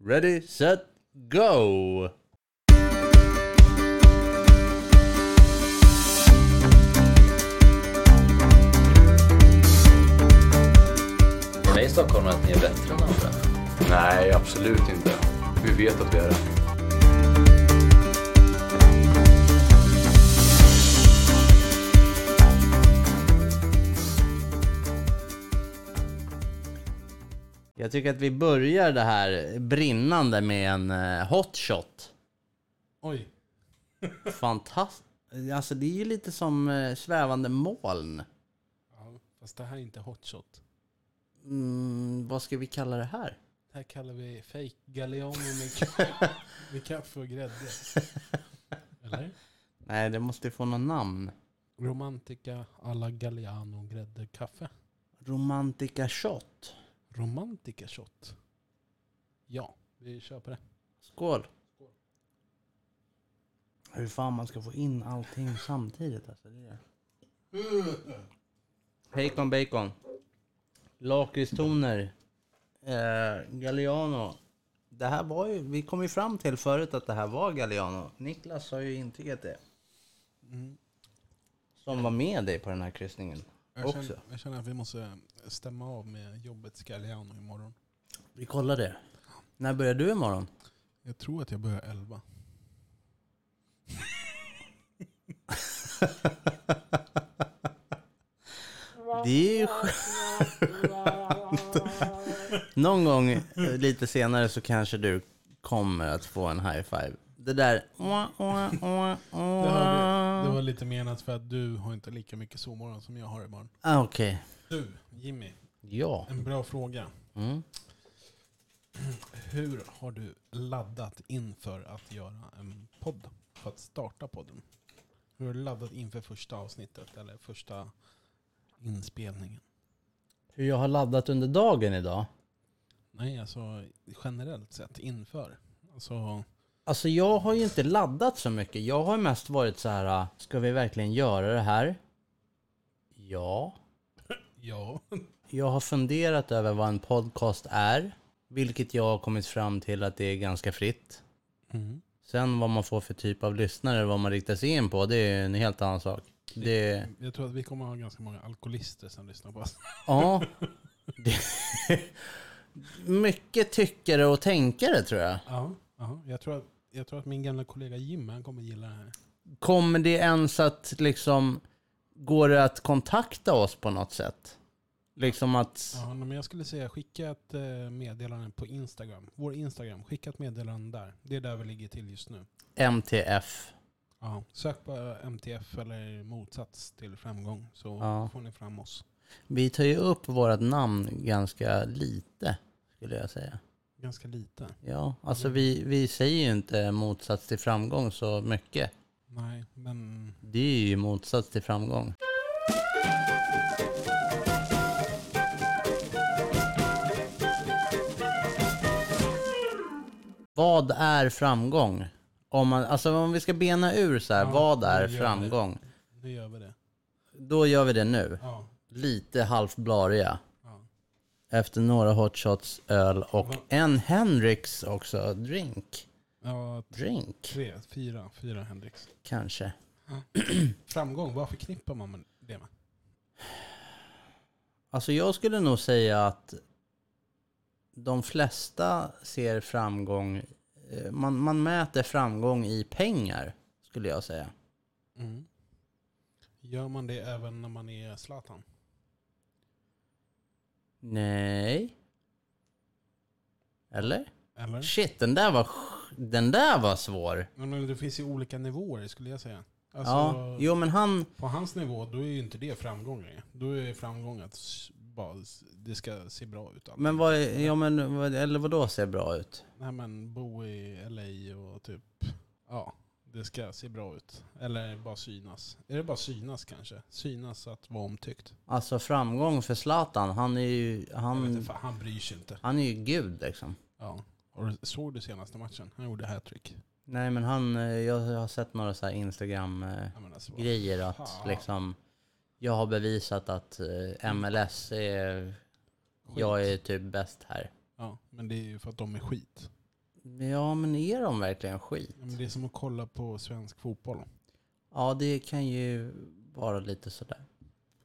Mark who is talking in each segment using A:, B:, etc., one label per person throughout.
A: Ready, set, go!
B: Säg Stockholm att ni är bättre än andra.
C: Nej, absolut inte. Vi vet att vi är det.
A: Jag tycker att vi börjar det här brinnande med en eh, hot shot.
D: Oj.
A: Fantastiskt. Alltså det är ju lite som eh, svävande moln.
D: Ja, fast det här är inte hotshot.
A: Mm, vad ska vi kalla det här?
D: Det här kallar vi fake galliano med, ka- med kaffe och grädde. Eller?
A: Nej, det måste ju få något namn.
D: Romantica alla galliano, grädde, kaffe.
A: Romantica shot.
D: Romantica shot. Ja, vi kör på det.
A: Skål. Hur fan man ska få in allting samtidigt alltså. Det är... Bacon, bacon. Lakritstoner. Eh, Galliano. Det här var ju, vi kom ju fram till förut att det här var Galliano. Niklas har ju intygat det. Som var med dig på den här kryssningen.
D: Jag
A: Också.
D: känner, jag känner att vi måste eh, stämma av med jobbets galliano imorgon.
A: Vi kollar det. När börjar du imorgon?
D: Jag tror att jag börjar elva.
A: Det är ju skönt. Någon gång eh, lite senare så kanske du kommer att få en high five. Det där...
D: Det, har vi, det var lite menat för att du har inte lika mycket sovmorgon som jag har imorgon.
A: Ah, Okej.
D: Du, Jimmy,
A: Ja.
D: en bra fråga.
A: Mm.
D: Hur har du laddat inför att göra en podd? För att starta podden? Hur har du laddat inför första avsnittet eller första inspelningen?
A: Hur jag har laddat under dagen idag.
D: Nej, alltså generellt sett inför. Alltså,
A: Alltså jag har ju inte laddat så mycket. Jag har mest varit så här, ah, ska vi verkligen göra det här? Ja.
D: ja.
A: Jag har funderat över vad en podcast är. Vilket jag har kommit fram till att det är ganska fritt.
D: Mm.
A: Sen vad man får för typ av lyssnare, vad man riktar sig in på, det är en helt annan sak. Det,
D: Jag tror att vi kommer ha ganska många alkoholister som lyssnar på oss.
A: ja. Det, mycket tyckare och tänkare tror jag.
D: Ja, ja. Jag, tror att, jag tror att min gamla kollega Jim, han kommer gilla det här.
A: Kommer det ens att liksom, går det att kontakta oss på något sätt? Liksom att,
D: Ja, men jag skulle säga skicka ett eh, meddelande på Instagram. Vår Instagram, skicka ett meddelande där. Det är där vi ligger till just nu.
A: MTF.
D: Ja, sök på MTF eller motsats till framgång så
A: Ja.
D: får ni fram oss.
A: Vi tar ju upp vårt namn ganska lite, skulle jag säga.
D: Ganska lite.
A: Ja, alltså vi, vi säger ju inte motsats till framgång så mycket.
D: Nej, men
A: Det är ju motsats till framgång. Vad är framgång? Om, man, alltså om vi ska bena ur så här,
D: Ja,
A: vad är
D: gör det.
A: framgång?
D: nu gör vi det.
A: Då gör vi det nu.
D: Ja,
A: Lite halvt blariga.
D: ja.
A: Efter några hotshots, öl och en Henriks också. Drink.
D: ja
A: Drink,
D: tre, fyra, fyra Henriks.
A: kanske.
D: Framgång, vad förknippar man med det med?
A: Alltså jag skulle nog säga att de flesta ser framgång, eh, man, man mäter framgång i pengar skulle jag säga.
D: Mm. Gör man det även när man är Zlatan?
A: Nej. Eller?
D: Eller?
A: Shit, den där var, sj- den där var svår.
D: Men det finns ju olika nivåer skulle jag säga. Alltså,
A: Ja, jo men han,
D: På hans nivå, då är ju inte det framgång längre. Då är framgång att s- bara, s- det ska se bra ut. alltså.
A: men vad, är- ja men, vad- eller vad då ser bra ut?
D: Nej men bo i LA och typ, ja det ska se bra ut. Eller bara synas. Är det bara synas kanske? Synas att vara omtyckt.
A: Alltså framgång för Zlatan, han är ju,
D: Jag vet
A: han,
D: inte, fan, han bryr sig inte.
A: han är ju gud liksom.
D: Ja. Har du- Såg du senaste matchen? Han gjorde hattrick.
A: Nej men han, eh, jag har sett några så här Instagram... eh,
D: Jag menar, så-
A: grejer att
D: alltså, Fan.
A: liksom jag har bevisat att eh, MLS är, jag är typ bäst här.
D: Ja, men det är ju för att de är skit.
A: Ja, men är de verkligen skit?
D: Men det är som att kolla på svensk fotboll.
A: Ja, det kan ju vara lite sådär.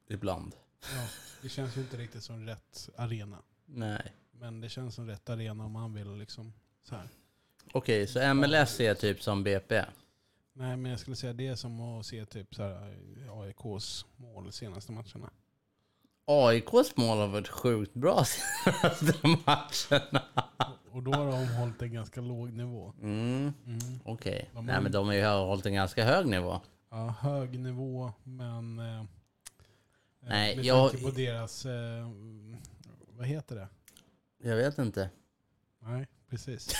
A: Ibland.
D: Ja, det känns ju inte riktigt som rätt arena.
A: Nej.
D: Men det känns som rätt arena om man vill liksom så här.
A: Okej, så MLS är typ som BP?
D: Nej, men jag skulle säga det är som att se typ så här AIKs mål senaste matcherna.
A: AIKs mål har varit sjukt bra senaste matcherna.
D: Och då har de hållit en ganska låg nivå.
A: Mm,
D: Mm.
A: Okej.
D: Vad
A: Nej,
D: man-
A: men de har ju hållit en ganska hög nivå.
D: Ja, hög nivå, men... Eh,
A: Nej,
D: med
A: jag-
D: tanke på deras... Eh, vad heter det?
A: Jag vet inte.
D: Nej, precis.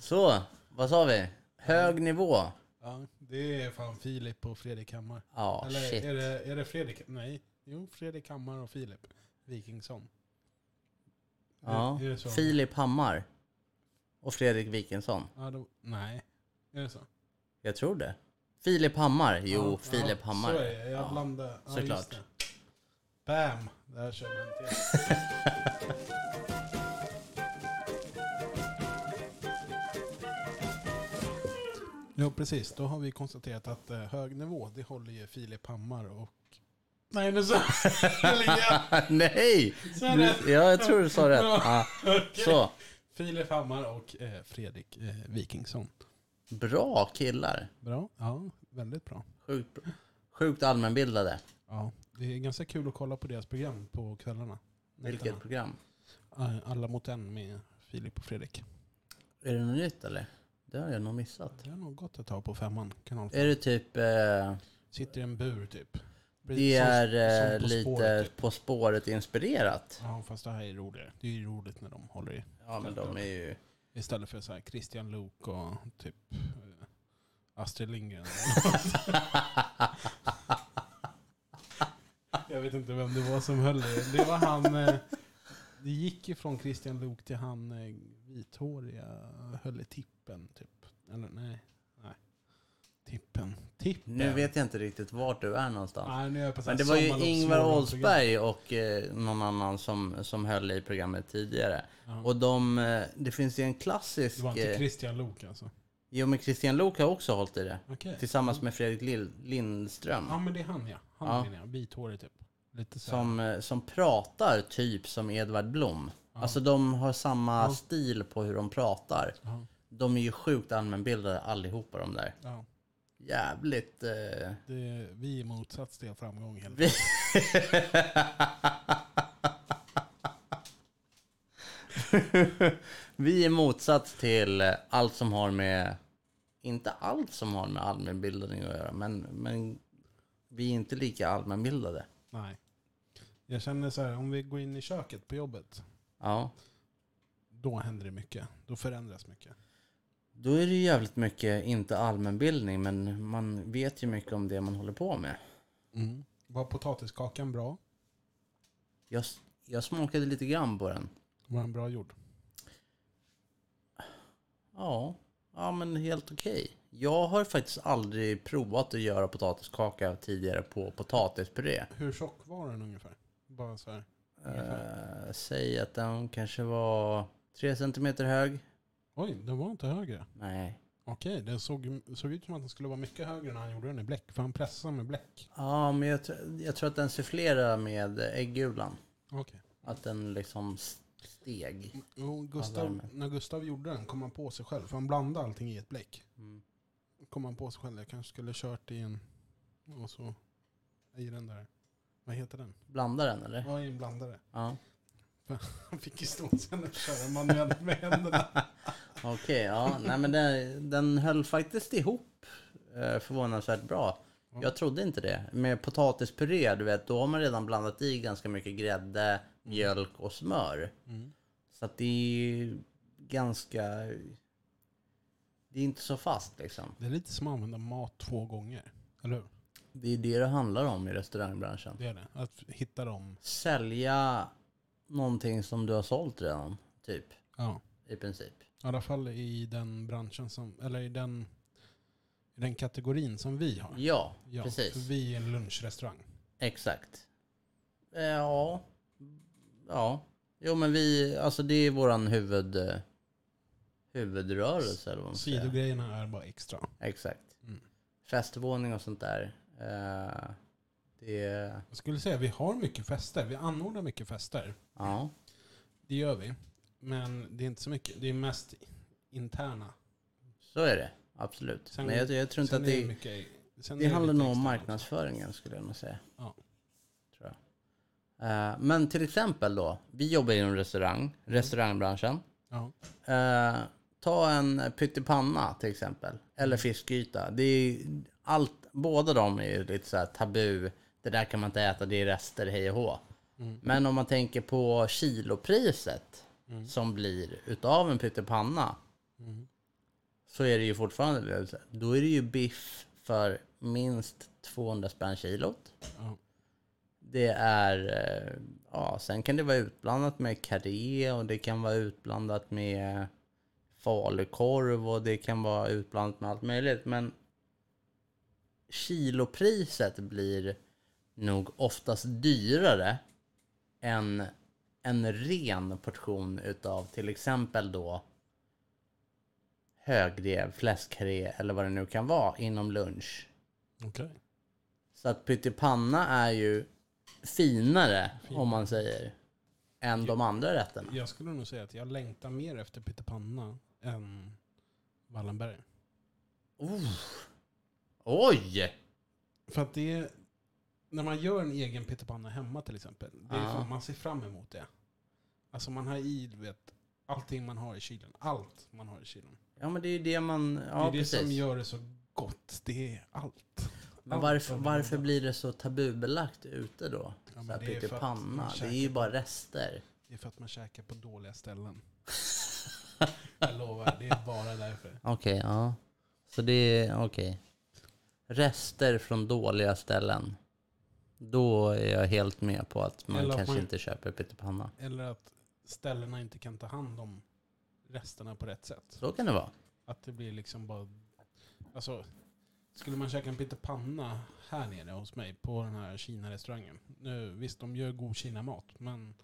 A: Så, vad sa vi? Hög nivå?
D: Ja, det är fan Filip och Fredrik Hammar.
A: Ja,
D: Eller
A: Ah, shit.
D: är det, är det Fredrik? Nej, jo, Fredrik Hammar och Filip Wikingsson.
A: Ja.
D: Är, är det så?
A: Filip Hammar och Fredrik Wikingsson.
D: Ja, då, nej, är det så?
A: Jag tror det. Filip Hammar. Jo,
D: ja,
A: Filip
D: ja,
A: Hammar.
D: Så är det, jag blandade. Ja, just
A: såklart.
D: det. Bam! Där kör vi en till. Ja, precis. Då har vi konstaterat att eh, hög nivå, det håller ju Filip Hammar och... Nej, nu sa jag
A: Nej!
D: Så är
A: Du-
D: det.
A: Ja, jag tror du sa rätt.
D: Ja.
A: Ja. Så,
D: Filip Hammar och eh, Fredrik eh, Wikingsson.
A: bra killar.
D: Bra. Ja, väldigt bra.
A: Sjukt, bra. sjukt allmänbildade.
D: Ja, det är ganska kul att kolla på deras program på kvällarna.
A: Vilket program?
D: Nätterna. Alla mot en med Filip och Fredrik.
A: Är det något nytt eller? Det har jag nog missat.
D: Det har nog gått ett tag på femman. Kanal.
A: Är det typ... Eh,
D: Sitter i en bur typ.
A: det är eh,
D: som På
A: lite
D: spåret, typ.
A: På spåret-inspirerat?
D: Ja, fast det här är roligare. Det är ju roligt när de håller i.
A: Ja, men de är ju...
D: Istället för så här Christian Luuk och typ eh, Astrid Lindgren. Jag vet inte vem det var som höll det. Det var han... eh, Det gick ju från Christian Luuk till han eh, vithåriga höll i tippen typ. Eller nej. nej. Tippen. Tippen.
A: Nu vet jag inte riktigt vart du är någonstans.
D: Nej, nu är jag på så
A: Men
D: här
A: det var ju
D: sommarlovs-
A: Ingvar
D: morgonprogram.
A: Oldsberg och eh, någon annan som, som höll i programmet tidigare.
D: Ja.
A: Och de, eh, det finns ju en
D: Det
A: klassisk...
D: var inte
A: eh,
D: Christian Luuk alltså.
A: Jo men Christian Lok har också hållit i det.
D: Okej.
A: Tillsammans med Fredrik Lill- Lindström.
D: Ja men det är han ja. Han
A: Ja.
D: menar jag. Vithårig typ. Lite så här.
A: Som, eh, som pratar typ som Edvard Blom. Alltså de har samma stil på hur de pratar.
D: Ja.
A: De är ju sjukt allmänbildade allihopa de där.
D: Ja.
A: Jävligt... Eh...
D: Det är vi är motsats till framgång. Helt.
A: Vi... Vi är motsats till eh, allt som har med, inte allt som har med allmänbildning att göra, men, men vi är inte lika allmänbildade.
D: Nej. Jag känner så här, om vi går in i köket på jobbet,
A: Ja.
D: då händer det mycket. Då förändras mycket.
A: Då är det ju jävligt mycket, inte allmänbildning, men man vet ju mycket om det man håller på med.
D: Var potatiskakan bra?
A: Jag, s- jag smakade lite grann på den.
D: Var den bra gjord?
A: Ja, ja men helt okej. Jag har faktiskt aldrig provat att göra potatiskaka tidigare på potatispuré.
D: Hur tjock var den ungefär? Bara så här.
A: Eh, säg att den kanske var 3 cm hög.
D: Oj, den var inte högre.
A: Nej.
D: Okej, den såg, såg ut som att den skulle vara mycket högre när han gjorde den i bläck. För han pressade med bläck.
A: Ja, men jag, tr- jag tror att den sufflerar med äggulan.
D: Okej.
A: Att den liksom steg.
D: Mm, Och
A: Ja,
D: Gustav,
A: värme.
D: när Gustav gjorde den kom han på sig själv. För han blandade allting i ett bläck.
A: Mm.
D: kom han på sig själv. Jag kanske skulle kört i en... Och så... I den där... Vad heter den?
A: Blandar den eller?
D: Ja, i en blandare.
A: Ja.
D: Han fick ju stå sen och köra manuellt med händerna.
A: Okej, ja. Nej, men den, den höll faktiskt ihop eh, förvånansvärt bra. Jag trodde inte det. Med potatispuré, du vet, då har man redan blandat i ganska mycket grädde, mjölk och smör. Så att det är ju ganska... Det är inte så fast liksom.
D: Det är lite som att använda mat två gånger. Eller hur?
A: Det är det det handlar om i restaurangbranschen.
D: Det är det. Att hitta dem.
A: Sälja någonting som du har sålt redan, typ.
D: Ja.
A: I princip.
D: I alla fall i den branschen som... Eller i den... i den kategorin som vi har.
A: Ja,
D: Ja, För
A: precis.
D: vi är en lunchrestaurang.
A: Exakt. Eh, Ja. Ja. Jo men vi, alltså det är våran huvud, eh, huvudrörelse eller vad man ska säga.
D: Sidogrejerna är bara extra.
A: Exakt.
D: Mm.
A: Festvåning och sånt där. Eh, Det,
D: Jag skulle säga att vi har mycket fester. Vi anordnar mycket fester.
A: ja.
D: Det gör vi. Men det är inte så mycket. Det är mest interna.
A: Så är det. Absolut.
D: Sen-
A: men jag, jag tror inte att det,
D: mycket, sen
A: det
D: är
A: handlar
D: lite
A: nog om
D: externa.
A: marknadsföringen skulle jag nog säga.
D: Ja.
A: Tror jag. Eh, Men till exempel då, vi jobbar inom restaurang, restaurangbranschen.
D: Ja.
A: Eh, ta en pyttipanna till exempel, eller fiskgryta. Det är allt, båda de är ju lite så här tabu. Det där kan man inte äta, det är rester, hej och hå. Men om man tänker på kilopriset som blir utav en pyttipanna. Så är det ju fortfarande, det. då är det ju biff för minst 200 spänn kilot.
D: Ja.
A: Det är, eh, ja, sen kan det vara utblandat med karré och det kan vara utblandat med falukorv och det kan vara utblandat med allt möjligt. Men kilopriset blir nog oftast dyrare än en ren portion utav till exempel då högrev, fläskkarré eller vad det nu kan vara inom lunch.
D: Okej.
A: Så att pyttipanna är ju finare, om man säger, än de andra rätterna.
D: Jag skulle nog säga att jag längtar mer efter pyttipanna än Wallenberg.
A: Oj!
D: För att det är, när man gör en egen pyttipanna hemma till exempel, det är
A: Ja.
D: fan, man ser fram emot det. Alltså man har i, du vet, allting man har i kylen. Allt man har i kylen.
A: Ja men det är ju det man... Ja
D: det är det
A: precis.
D: som gör det så gott. Det är allt.
A: men
D: allt
A: varför,
D: av
A: varför
D: det.
A: blir det så tabubelagt ute då?
D: Ja, men
A: så här,
D: det är för att man
A: pyttipanna. Det
D: käkar
A: är ju bara rester.
D: Det är för att man käkar på dåliga ställen. Jag lovar, det är bara därför.
A: Okej, ja. Så det är... Okej. Rester från dåliga ställen. Då är jag helt med på att man
D: Eller att
A: kanske
D: man-
A: inte köper pyttipanna.
D: Eller att ställena inte kan ta hand om resterna på rätt sätt.
A: Så kan det vara.
D: Att det blir liksom bara... Alltså, skulle man käka en pyttipanna här nere hos mig på den här Kina-restaurangen. Nu, visst, de gör god Kina-mat, men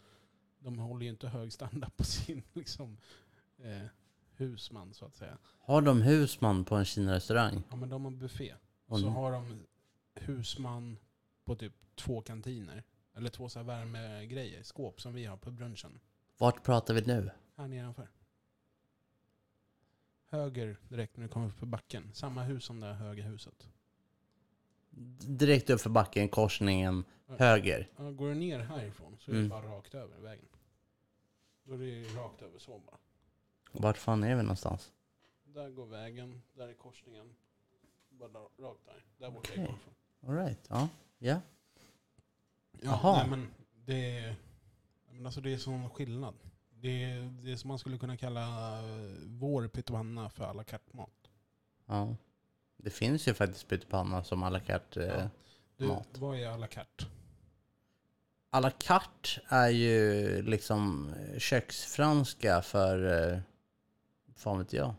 D: de håller ju inte hög standard på sin liksom, eh, husman så att säga.
A: Har de husman på en Kina-restaurang?
D: Ja, men de har buffé.
A: Och
D: så
A: nu-
D: har de husman på typ två kantiner. Eller två så här värmegrejer, skåp som vi har på brunchen.
A: Vart pratar vi nu?
D: Här nedanför. Höger direkt när du kommer upp för backen. Samma hus som det här höga huset.
A: Direkt upp för backen, korsningen, höger.
D: Ja, går du ner härifrån så är det
A: Mm.
D: bara rakt över vägen. Då är det rakt över så bara.
A: Vart fan är vi någonstans?
D: Där går vägen, där är korsningen. Bara ra- rakt där. Där borta
A: Okej.
D: är golfen.
A: Alright, ja. Ja.
D: Ja,
A: Jaha.
D: nej, men det är, nej, men alltså det är sån skillnad. Det är, det är som man skulle kunna kalla eh, vår pyttipanna för à la carte-mat.
A: ja. Det finns ju faktiskt pyttipanna som à la carte. eh.
D: Ja. Du,
A: Mat.
D: vad är à la carte?
A: À la carte är ju liksom köksfranska för... eh, Fan vet jag.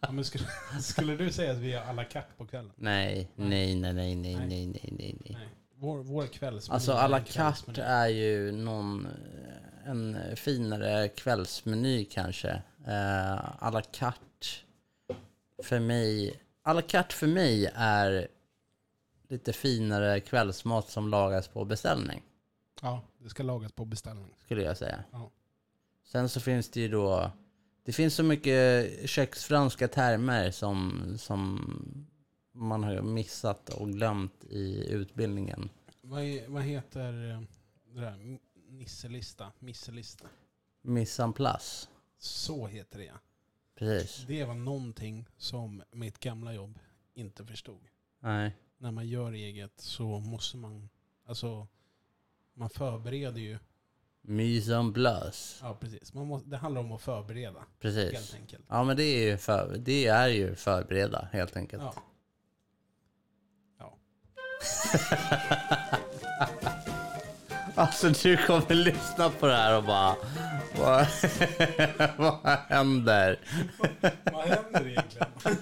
D: Ja, men skulle, skulle du säga att vi är à la carte på kvällen?
A: Nej, nej, nej, nej, nej,
D: Nej.
A: nej, nej, nej. nej.
D: Nej. Vår, vår kvällsmeny.
A: Alltså
D: är
A: à la
D: en kvällsmeny.
A: carte är ju någon, eh, en finare kvällsmeny kanske. Uh, à la carte för mig, à la carte för mig är lite finare kvällsmat som lagas på beställning
D: Ja, det ska lagas på beställning.
A: skulle jag säga.
D: Ja.
A: Sen så finns det ju då, det finns så mycket köksfranska termer som, som man har missat och glömt i utbildningen.
D: Vad, är, vad heter eh, det där? M- Nisselista? Misselista?
A: Missan plus,
D: Så heter det ja.
A: precis.
D: Det var någonting som mitt gamla jobb inte förstod.
A: Nej.
D: när man gör eget så måste man, alltså man förbereder ju.
A: Mysen blös.
D: Ja precis, man måste, det handlar om att förbereda helt
A: Precis.
D: enkelt.
A: Ja men det är ju, för, det är ju förbereda helt enkelt.
D: Ja. Ja.
A: Alltså du kommer lyssna på det här och bara... Vad, vad händer?
D: Vad händer egentligen?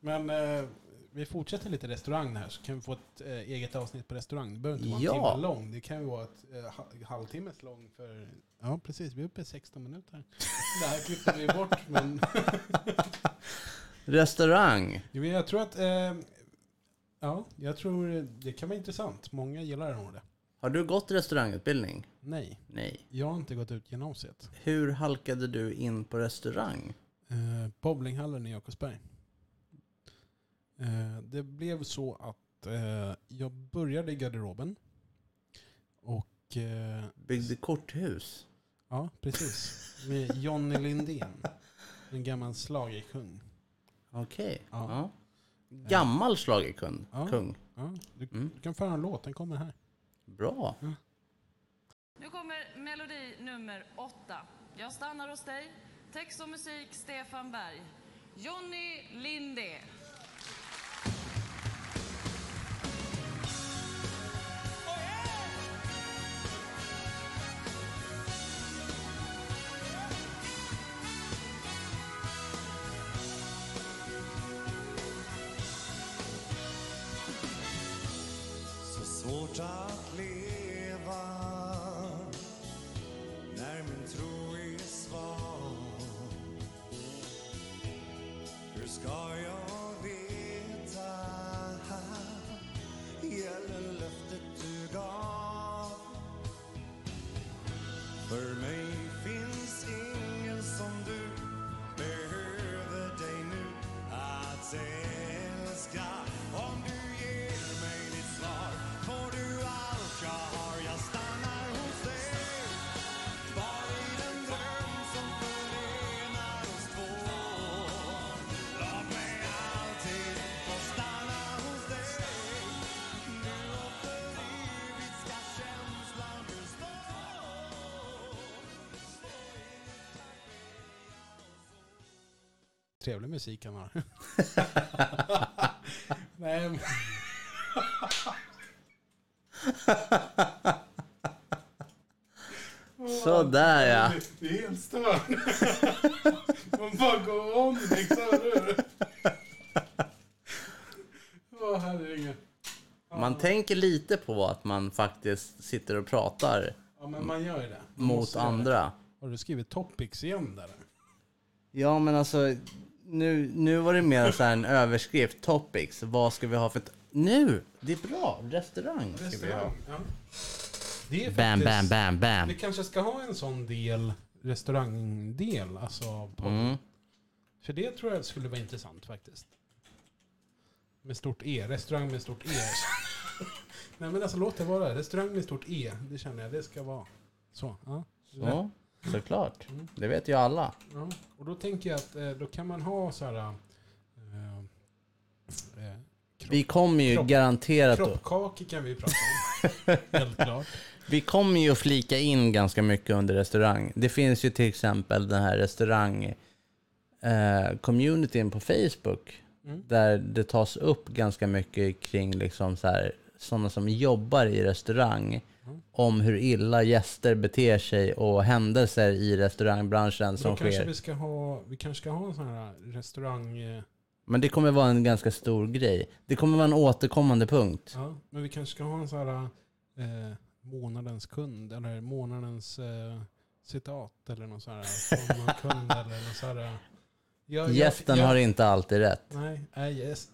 D: Men eh, vi fortsätter lite restaurang här så kan vi få ett eh, eget avsnitt på restaurang. Det behöver inte vara
A: Ja.
D: en timme lång. Det kan ju vara ett eh, ha- halvtimmes lång för... Ja, precis. Vi är uppe i 16 minuter. Det här klipper vi bort, men...
A: Restaurang.
D: Jo, men Jag tror att... Eh, ja, jag tror det kan vara intressant. Många gillar nog det.
A: Har du gått restaurangutbildning?
D: Nej,
A: Nej.
D: jag har inte gått ut gymnasiet.
A: Hur halkade du in på restaurang?
D: Eh, bowlinghallen i Jakobsberg. Eh, det blev så att eh, jag började i garderoben. Och... Eh,
A: Byggde korthus?
D: ja, precis. Med Johnny Lindén. En gammal schlagerkung.
A: Okej.
D: Ja.
A: Ja. Gammal schlagerkung.
D: Ja.
A: Kung.
D: Ja, du,
A: Mm.
D: du kan föra en låt, den kommer här.
A: Bra.
E: Nu kommer melodi nummer åtta. Jag stannar hos dig. Text och musik Stefan Berg. Jonny Linde.
F: Så svårt att leva när min tro är svag. Hur ska jag veta? Gäller löftet du gav? För mig finns ingen som du behöver dig nu att älska. Om du ger mig ditt svar får du allt jag har. Jag stannar hos dig. Var i den dröm som förenar oss två. Låt mig alltid få stanna hos dig. Nu och för evigt ska känslan bestå.
D: Trevlig musik han har. Nej, men-
A: Sådär ja.
D: Det- Det är helt stört. Man bara går om liksom. hör du? Åh herregud.
A: Man tänker lite på att man faktiskt sitter och pratar
D: Ja men man gör ju det. Man
A: mot
D: måste göra det.
A: andra.
D: Har du skrivit topics igen där?
A: Ja men alltså, nu, nu var det mer så här en överskrift, topics. Vad ska vi ha för... T- nu! Det är bra! Restaurang ska vi ha.
D: Ja. Det är
A: Bam, bam,
D: faktiskt-
A: bam, bam.
D: Vi kanske ska ha en sån del, restaurangdel, alltså. På,
A: Mm.
D: För det tror jag skulle vara intressant faktiskt. Med stort E, restaurang med stort E. Nej men alltså låt det vara, restaurang med stort E, det känner jag, det ska vara. Så, ja.
A: Ja, såklart. Det vet ju alla.
D: ja. Och då tänker jag att eh, då kan man ha så här... Eh, eh,
A: Vi kommer ju
D: Kropp.
A: garanterat att-
D: kroppkakor kan vi prata om. Helt klart.
A: Vi kommer ju att flika in ganska mycket under restaurang. Det finns ju till exempel den här restaurang-communityn på Facebook.
D: Mm.
A: Där det tas upp ganska mycket kring liksom så här, sådana som jobbar i restaurang.
D: Mm.
A: Om hur illa gäster beter sig och händelser i restaurangbranschen
D: Då
A: som
D: kanske
A: sker.
D: vi ska ha, vi kanske ska ha en sån här restaurang... Eh,
A: Men det kommer vara en ganska stor grej. Det kommer vara en återkommande punkt.
D: Ja, men vi kanske ska ha en sån här eh, månadens kund eller månadens eh, citat eller någon sån här sån här kund eller någon sån här. Jag,
A: Gästen har inte alltid rätt.
D: Nej, nej yes.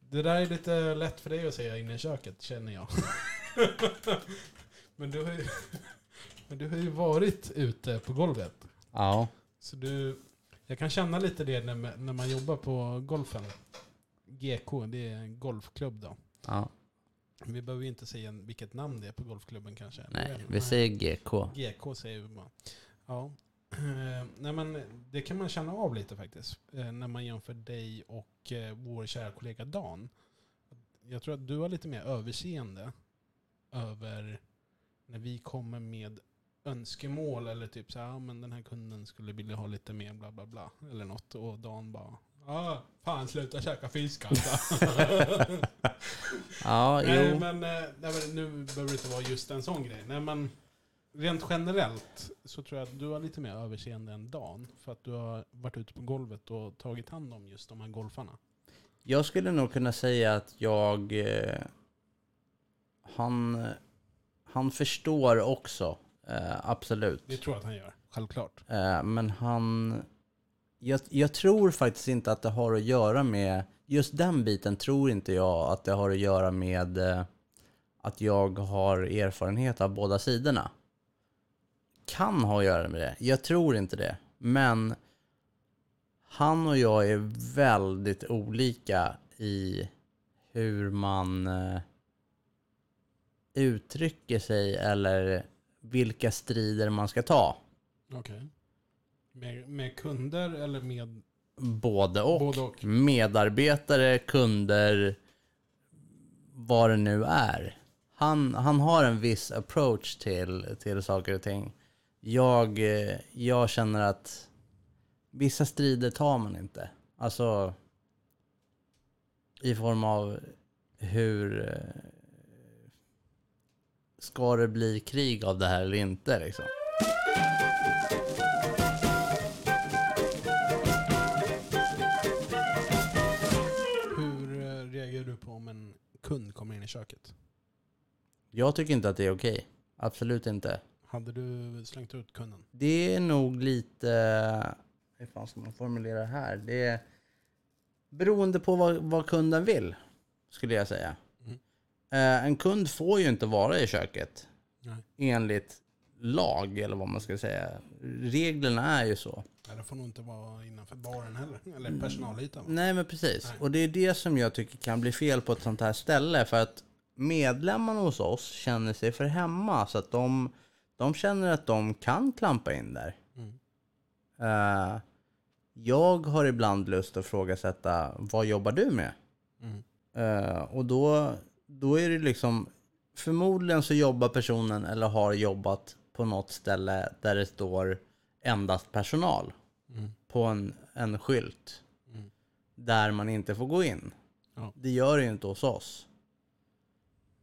D: Det där är lite lätt för dig att säga inne i köket känner jag. men, du har ju, men du har ju varit ute på golvet.
A: Ja.
D: Så du, jag kan känna lite det när, ma- när man jobbar på golfen. GK, det är en golfklubb då.
A: ja.
D: Vi behöver ju inte säga vilket namn det är på golfklubben kanske.
A: Nej,
D: Eller?
A: vi säger GK.
D: GK säger vi bara. Ja. Eh, Nej, men det kan man känna av lite faktiskt. eh, När man jämför dig och eh, vår kära kollega Dan. Jag tror att du har lite mer överseende över när vi kommer med önskemål eller typ så här, "Ah, men den här kunden skulle vilja ha lite mer bla bla bla eller något och Dan bara, ah, fan sluta käka fisk alltså.
A: Ja,
D: Nej,
A: jo.
D: men, eh, nej, men nu behöver det inte vara just en sån grej. Nej, men Rent generellt så tror jag att du har lite mer överseende än Dan. För att du har varit ute på golvet och tagit hand om just de här golfarna.
A: Jag skulle nog kunna säga att jag... Eh, han, eh, han förstår också, eh, absolut.
D: Det tror jag att han gör, självklart.
A: Eh, men han... Jag, jag tror faktiskt inte att det har att göra med... Just den biten tror inte jag att det har att göra med eh, att jag har erfarenhet av båda sidorna. Kan ha att göra med det. Jag tror inte det. Men han och jag är väldigt olika i hur man eh, uttrycker sig eller vilka strider man ska ta.
D: Okej. Med, med kunder eller med...
A: Både och.
D: Både och.
A: Medarbetare, kunder, vad det nu är. Han, han har en viss approach till, till saker och ting. Jag, eh, jag känner att vissa strider tar man inte. Alltså i form av hur eh, ska det bli krig av det här eller inte liksom.
D: Hur eh, reagerar du på om en kund kommer in i köket?
A: Jag tycker inte att det är okej. Absolut inte.
D: Hade du slängt ut kunden?
A: Det är nog lite... Hur fan ska man formulera det här? Det är beroende på vad, vad kunden vill, skulle jag säga. Eh, en kund får ju inte vara i köket
D: Nej.
A: enligt lag, eller vad man ska säga. Reglerna är ju så.
D: Nej, det får nog inte vara innanför baren heller. Eller personalytan. va?
A: Nej, men precis. Och det är det som jag tycker kan bli fel på ett sånt här ställe. För att medlemmarna hos oss känner sig för hemma. Så att de, de känner att de kan klampa in där. Eh, jag har ibland lust att frågasätta, vad jobbar du med? Eh, och då, då är det liksom, förmodligen så jobbar personen eller har jobbat på något ställe där det står endast personal på en, en skylt där man inte får gå in.
D: Ja.
A: Det gör det ju inte hos oss.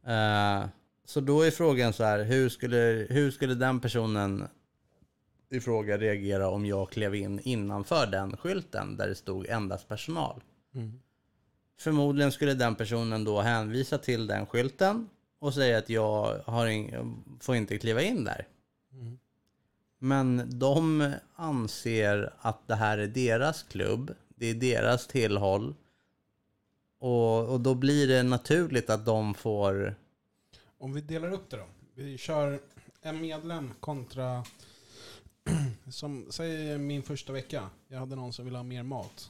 A: Eh, så då är frågan så här, hur skulle, hur skulle den personen i fråga reagera om jag klev in innanför den skylten där det stod endast personal? Förmodligen skulle den personen då hänvisa till den skylten och säga att jag har in, får inte kliva in där. Mm. Men de anser att det här är deras klubb, det är deras tillhåll. Och, och då blir det naturligt att de får...
D: Om vi delar upp det då. Vi kör en medlem kontra... Som, säg min första vecka. Jag hade någon som ville ha mer mat.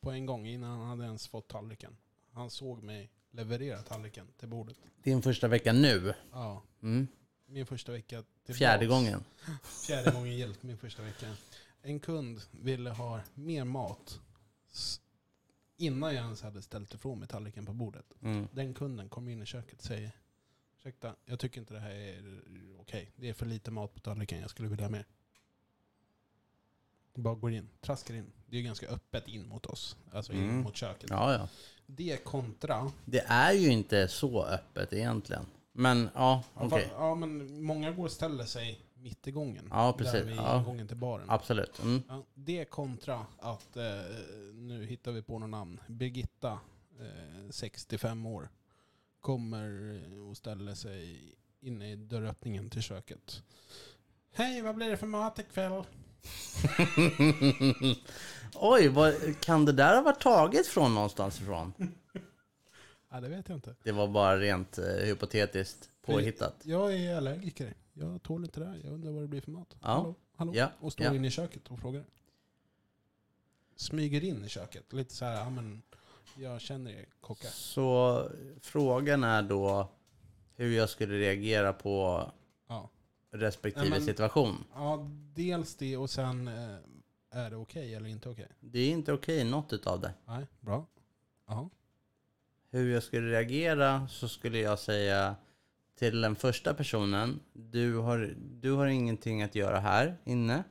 D: På en gång innan han hade ens fått tallriken. Han såg mig leverera tallriken till bordet.
A: Din första vecka nu,
D: Ja.
A: Mm.
D: Min första vecka. tillbaks.
A: fjärde gången.
D: Fjärde gången gällt min första vecka. En kund ville ha mer mat. S- Innan jag ens hade ställt ifrån mig tallriken på bordet.
A: Mm.
D: Den kunden kommer in i köket och säger Ursäkta, jag tycker inte det här är okej. Det är för lite mat på tallriken, jag skulle vilja ha mer. Bara går in, traskar in. Det är ju ganska öppet in mot oss. Alltså in
A: Mm.
D: mot köket.
A: Ja, ja.
D: Det kontra.
A: Det är ju inte så öppet egentligen. Men ja, okej.
D: Ja, men många går och ställer sig mitt i gången.
A: Ja, precis.
D: Där vid
A: Ja.
D: gången till baren.
A: Absolut. Mm.
D: Ja, det kontra att eh, nu hittar vi på något namn. Birgitta, eh, 65 år, kommer och ställer sig inne i dörröppningen till köket. Hej, vad blir det för mat ikväll?
A: Oj, vad, kan det där ha varit taget från någonstans ifrån?
D: Ja, det vet jag inte.
A: Det var bara rent eh, hypotetiskt påhittat.
D: Jag är allergiker. Jag tål inte det här. Jag undrar vad det blir för mat.
A: Ja.
D: Hallå? Hallå?
A: Ja,
D: Och står
A: ja.
D: inne i köket och frågar. Smyger in i köket. Lite så här, ja men jag känner er kockar.
A: Så frågan är då hur jag skulle reagera på
D: Ja.
A: respektive
D: Nej, men-
A: situation.
D: Ja, dels det och sen eh, är det okej eller inte okej?
A: Det är inte okej något utav det.
D: Nej, bra. Ja.
A: Hur jag skulle reagera så skulle jag säga till den första personen. Du har, du har ingenting att göra här inne.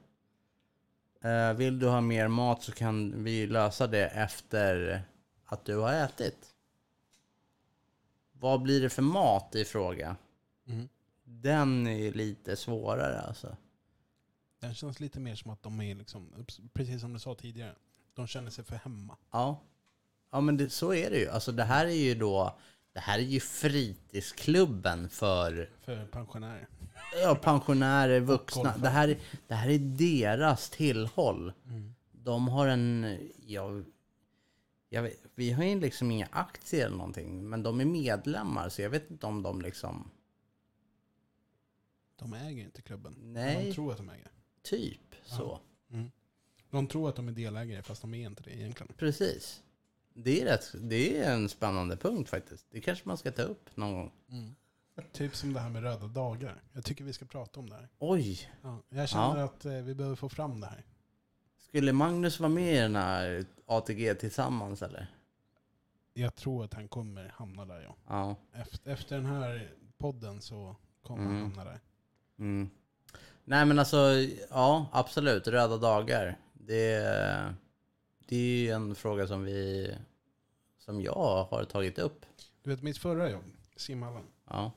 A: Eh, vill du ha mer mat så kan vi lösa det efter att du har ätit. Vad blir det för mat i fråga? Den är ju lite svårare alltså.
D: Den känns lite mer som att de är, liksom, precis som du sa tidigare, de känner sig för hemma.
A: Ja. Ja men det, så är det ju. Alltså det här är ju då, det här är ju fritidsklubben för
D: För pensionärer.
A: ja, pensionärer, vuxna. Det här, det här är deras tillhåll.
D: Mm.
A: De har en, ja, jag vet, vi har ju liksom inga aktier eller någonting, men de är medlemmar så jag vet inte om de liksom,
D: De äger inte klubben.
A: Nej.
D: De tror att de äger.
A: typ så.
D: De tror att de är delägare fast de är inte det egentligen.
A: Precis. Det är, rätt, det är en spännande punkt faktiskt. Det kanske man ska ta upp någon gång.
D: Typ som det här med röda dagar. Jag tycker vi ska prata om det här.
A: Oj,
D: Ja, jag känner att eh, vi behöver få fram det här.
A: skulle Magnus vara med i den här ATG tillsammans eller?
D: Jag tror att han kommer hamna där ja.
A: Ja.
D: Efter, efter den här podden så kommer han hamna där.
A: Mm. Nej men alltså, ja absolut. Röda dagar. Det, det är ju en fråga som vi, som jag har tagit upp.
D: Du vet mitt förra jobb, simhallen,
A: Ja.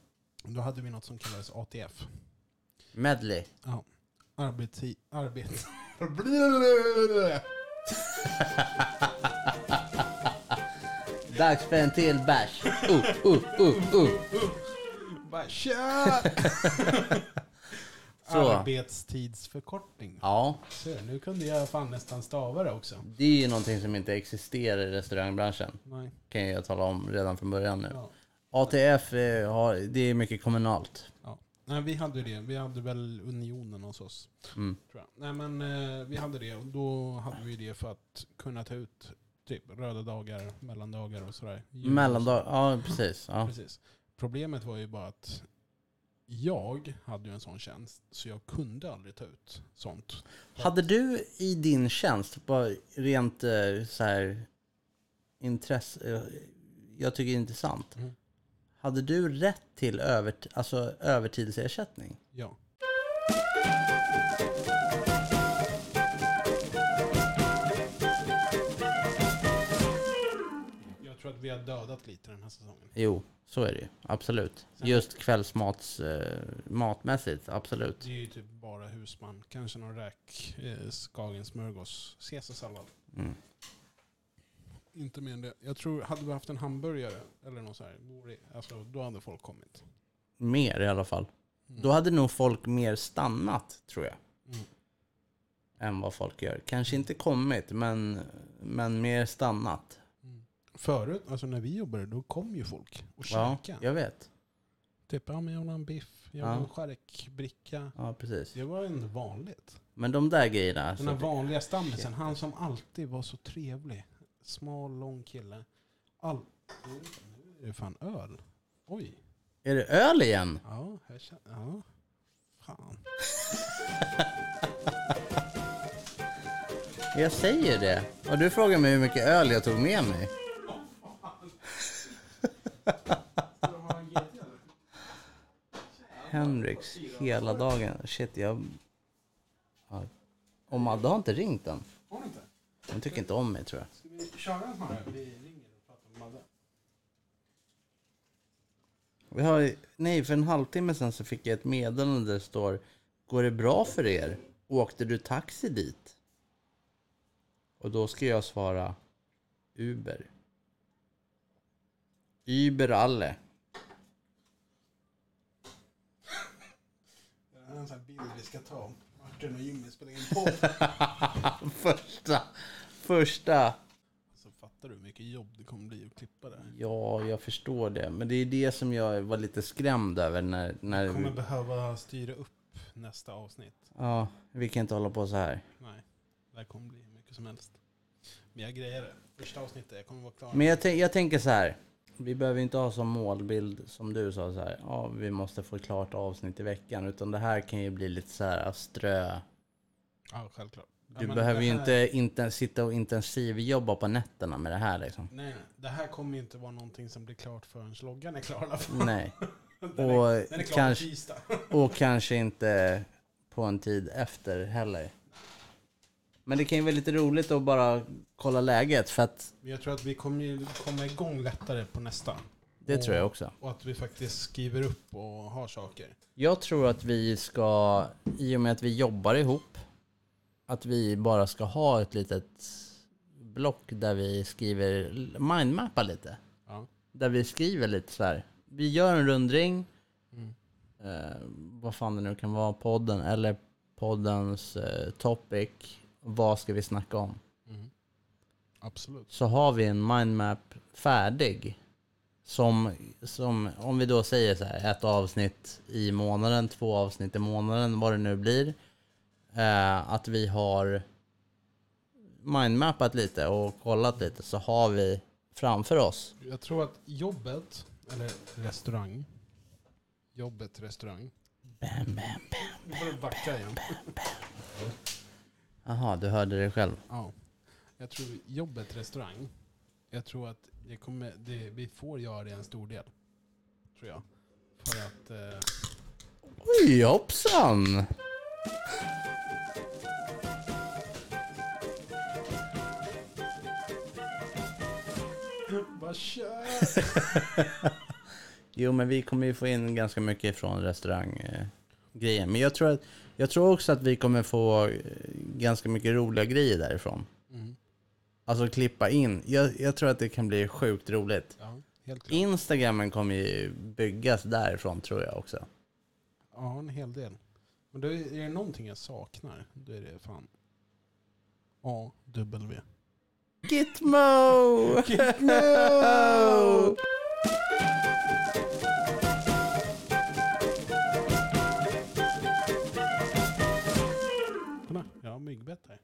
D: då hade vi något som kallades ATF.
A: Medley.
D: Ja. Arbetsi... Arbet...
A: Dags för en till bärs. Uh, uh, uh, uh.
D: Bara, "Tja!"
A: Så.
D: Arbetstidsförkortning.
A: Ja,
D: Se, nu kunde jag fan nästan stava det också.
A: det är ju någonting som inte existerar i restaurangbranschen.
D: Nej.
A: Kan jag tala om redan från början nu.
D: Ja.
A: ATF, eh, har, det är mycket kommunalt.
D: Ja. Nej, vi hade det. Vi hade väl Unionen hos oss.
A: Mm.
D: Tror jag. Nej, men eh, vi hade det. Och då hade vi det för att kunna ta ut typ röda dagar, mellandagar och sådär. Jul-
A: Mellandag, ja precis. Ja.
D: Precis. Problemet var ju bara att jag hade ju en sån tjänst så jag kunde aldrig ta ut sånt.
A: Hade du i din tjänst, bara rent eh, så här intresse, eh, jag tycker det är intressant.
D: Mm.
A: Hade du rätt till övert, alltså övertidsersättning?
D: Ja. Jag tror att vi har dödat lite den här säsongen.
A: Jo, så är det ju. Absolut. Just kvällsmats, eh, matmässigt, absolut.
D: Det är ju typ bara husman. Kanske någon räk, eh, skagen, smörgås, caesarsallad.
A: Mm.
D: Inte mer än det. Jag tror, hade vi haft en hamburgare eller något så här, vore- alltså, då hade folk kommit.
A: Mer i alla fall.
D: Mm.
A: Då hade nog folk mer stannat, tror jag.
D: Mm.
A: Än vad folk gör. Kanske inte kommit, men, men mer stannat.
D: Förut, alltså när vi jobbade, då kom ju folk och
A: Ja,
D: käkade.
A: jag vet.
D: Typ, ja men jag vill ha en biff, jag vill
A: Ja.
D: ha en charkbricka.
A: Ja, precis.
D: Det var ju ändå vanligt.
A: Men de där grejerna. alltså.
D: Den
A: så
D: här
A: det-
D: vanliga stammisen, han som alltid var så trevlig. Smal, lång kille. All... Nu är det fan öl. Oj.
A: Är det öl igen?
D: Ja, här känner... Ja. Fan.
A: Jag säger det. Och du frågar mig hur mycket öl jag tog med mig. Henriks hela dagen. Shit, jag... Ja. Och Madde har inte ringt än.
D: Får ni inte?
A: Hon tycker inte om mig tror jag.
D: Ska vi köra en sån här? Vi ringer och pratar med Madde.
A: Vi har, nej, för en halvtimme sen så fick jag ett meddelande där det står Går det bra för er? Åkte du taxi dit? Och då ska jag svara Uber. Uber alle.
D: Det här är en sån här bild vi ska ta. Martin och Jimmy spelar in podd.
A: Första, första.
D: Så fattar du hur mycket jobb det kommer bli att klippa det här.
A: Ja, jag förstår det. Men det är det som jag var lite skrämd över när...
D: Vi kommer
A: när
D: behöva styra upp nästa avsnitt.
A: ja, vi kan inte hålla på så här.
D: Nej, det här kommer bli hur mycket som helst. Men jag grejer det. Första avsnittet, jag kommer vara klar.
A: Men jag, tän- jag tänker så här. Vi behöver inte ha som målbild, som du sa, så här, ja, vi måste få klart avsnitt i veckan. Utan det här kan ju bli lite så här strö.
D: Ja, självklart. Ja,
A: Du
D: men
A: behöver
D: det
A: ju
D: här-
A: inte inten- sitta och intensivjobba på nätterna med det här liksom.
D: Nej, nej. det här kommer ju inte vara någonting som blir klart förrän loggan är klar i alla fall.
A: Nej.
D: Den är,
A: Och
D: den är klar på
A: Mm, kanske,
D: tisdag.
A: och kanske inte på en tid efter heller. Men det kan ju vara lite roligt att bara kolla läget för att
D: Men jag tror att vi kommer ju komma igång lättare på nästa.
A: Det
D: Och-
A: tror jag också.
D: Och att vi faktiskt skriver upp och har saker.
A: Jag tror att vi ska, i och med att vi jobbar ihop, att vi bara ska ha ett litet block där vi skriver, mindmappar lite.
D: Ja.
A: Där vi skriver lite så här. Vi gör en rundring. Eh, vad fan det nu kan vara. Podden eller poddens eh, topic. Vad ska vi snacka om?
D: Absolut.
A: Så har vi en mindmap färdig. Som, som om vi då säger så här. Ett avsnitt i månaden. Två avsnitt i månaden. Vad det nu blir. Eh, att vi har mindmappat lite och kollat lite. Så har vi framför oss.
D: Jag tror att jobbet, eller restaurang. Jobbet, restaurang.
A: Bam, bam, bam.
D: Nu får du backa igen.
A: Jaha, du hörde det själv.
D: Ja. Jag tror jobbet, restaurang. Jag tror att det kommer, det, vi får göra det en stor del. Tror jag. För att eh,
A: Oj, hoppsan!
D: Bara kör!
A: Jo, men vi kommer ju få in ganska mycket från restauranggrejen. Men jag tror, att, jag tror också att vi kommer få eh, ganska mycket roliga grejer därifrån.
D: Mm.
A: Alltså klippa in. Jag, jag tror att det kan bli sjukt roligt.
D: Ja, helt klart.
A: Instagrammen kommer ju byggas därifrån tror jag också.
D: Ja, en hel del. Men då är är det någonting jag saknar, då är det fan AW.
A: Gitmo! Gitmo!
D: Kolla, jag har myggbett här.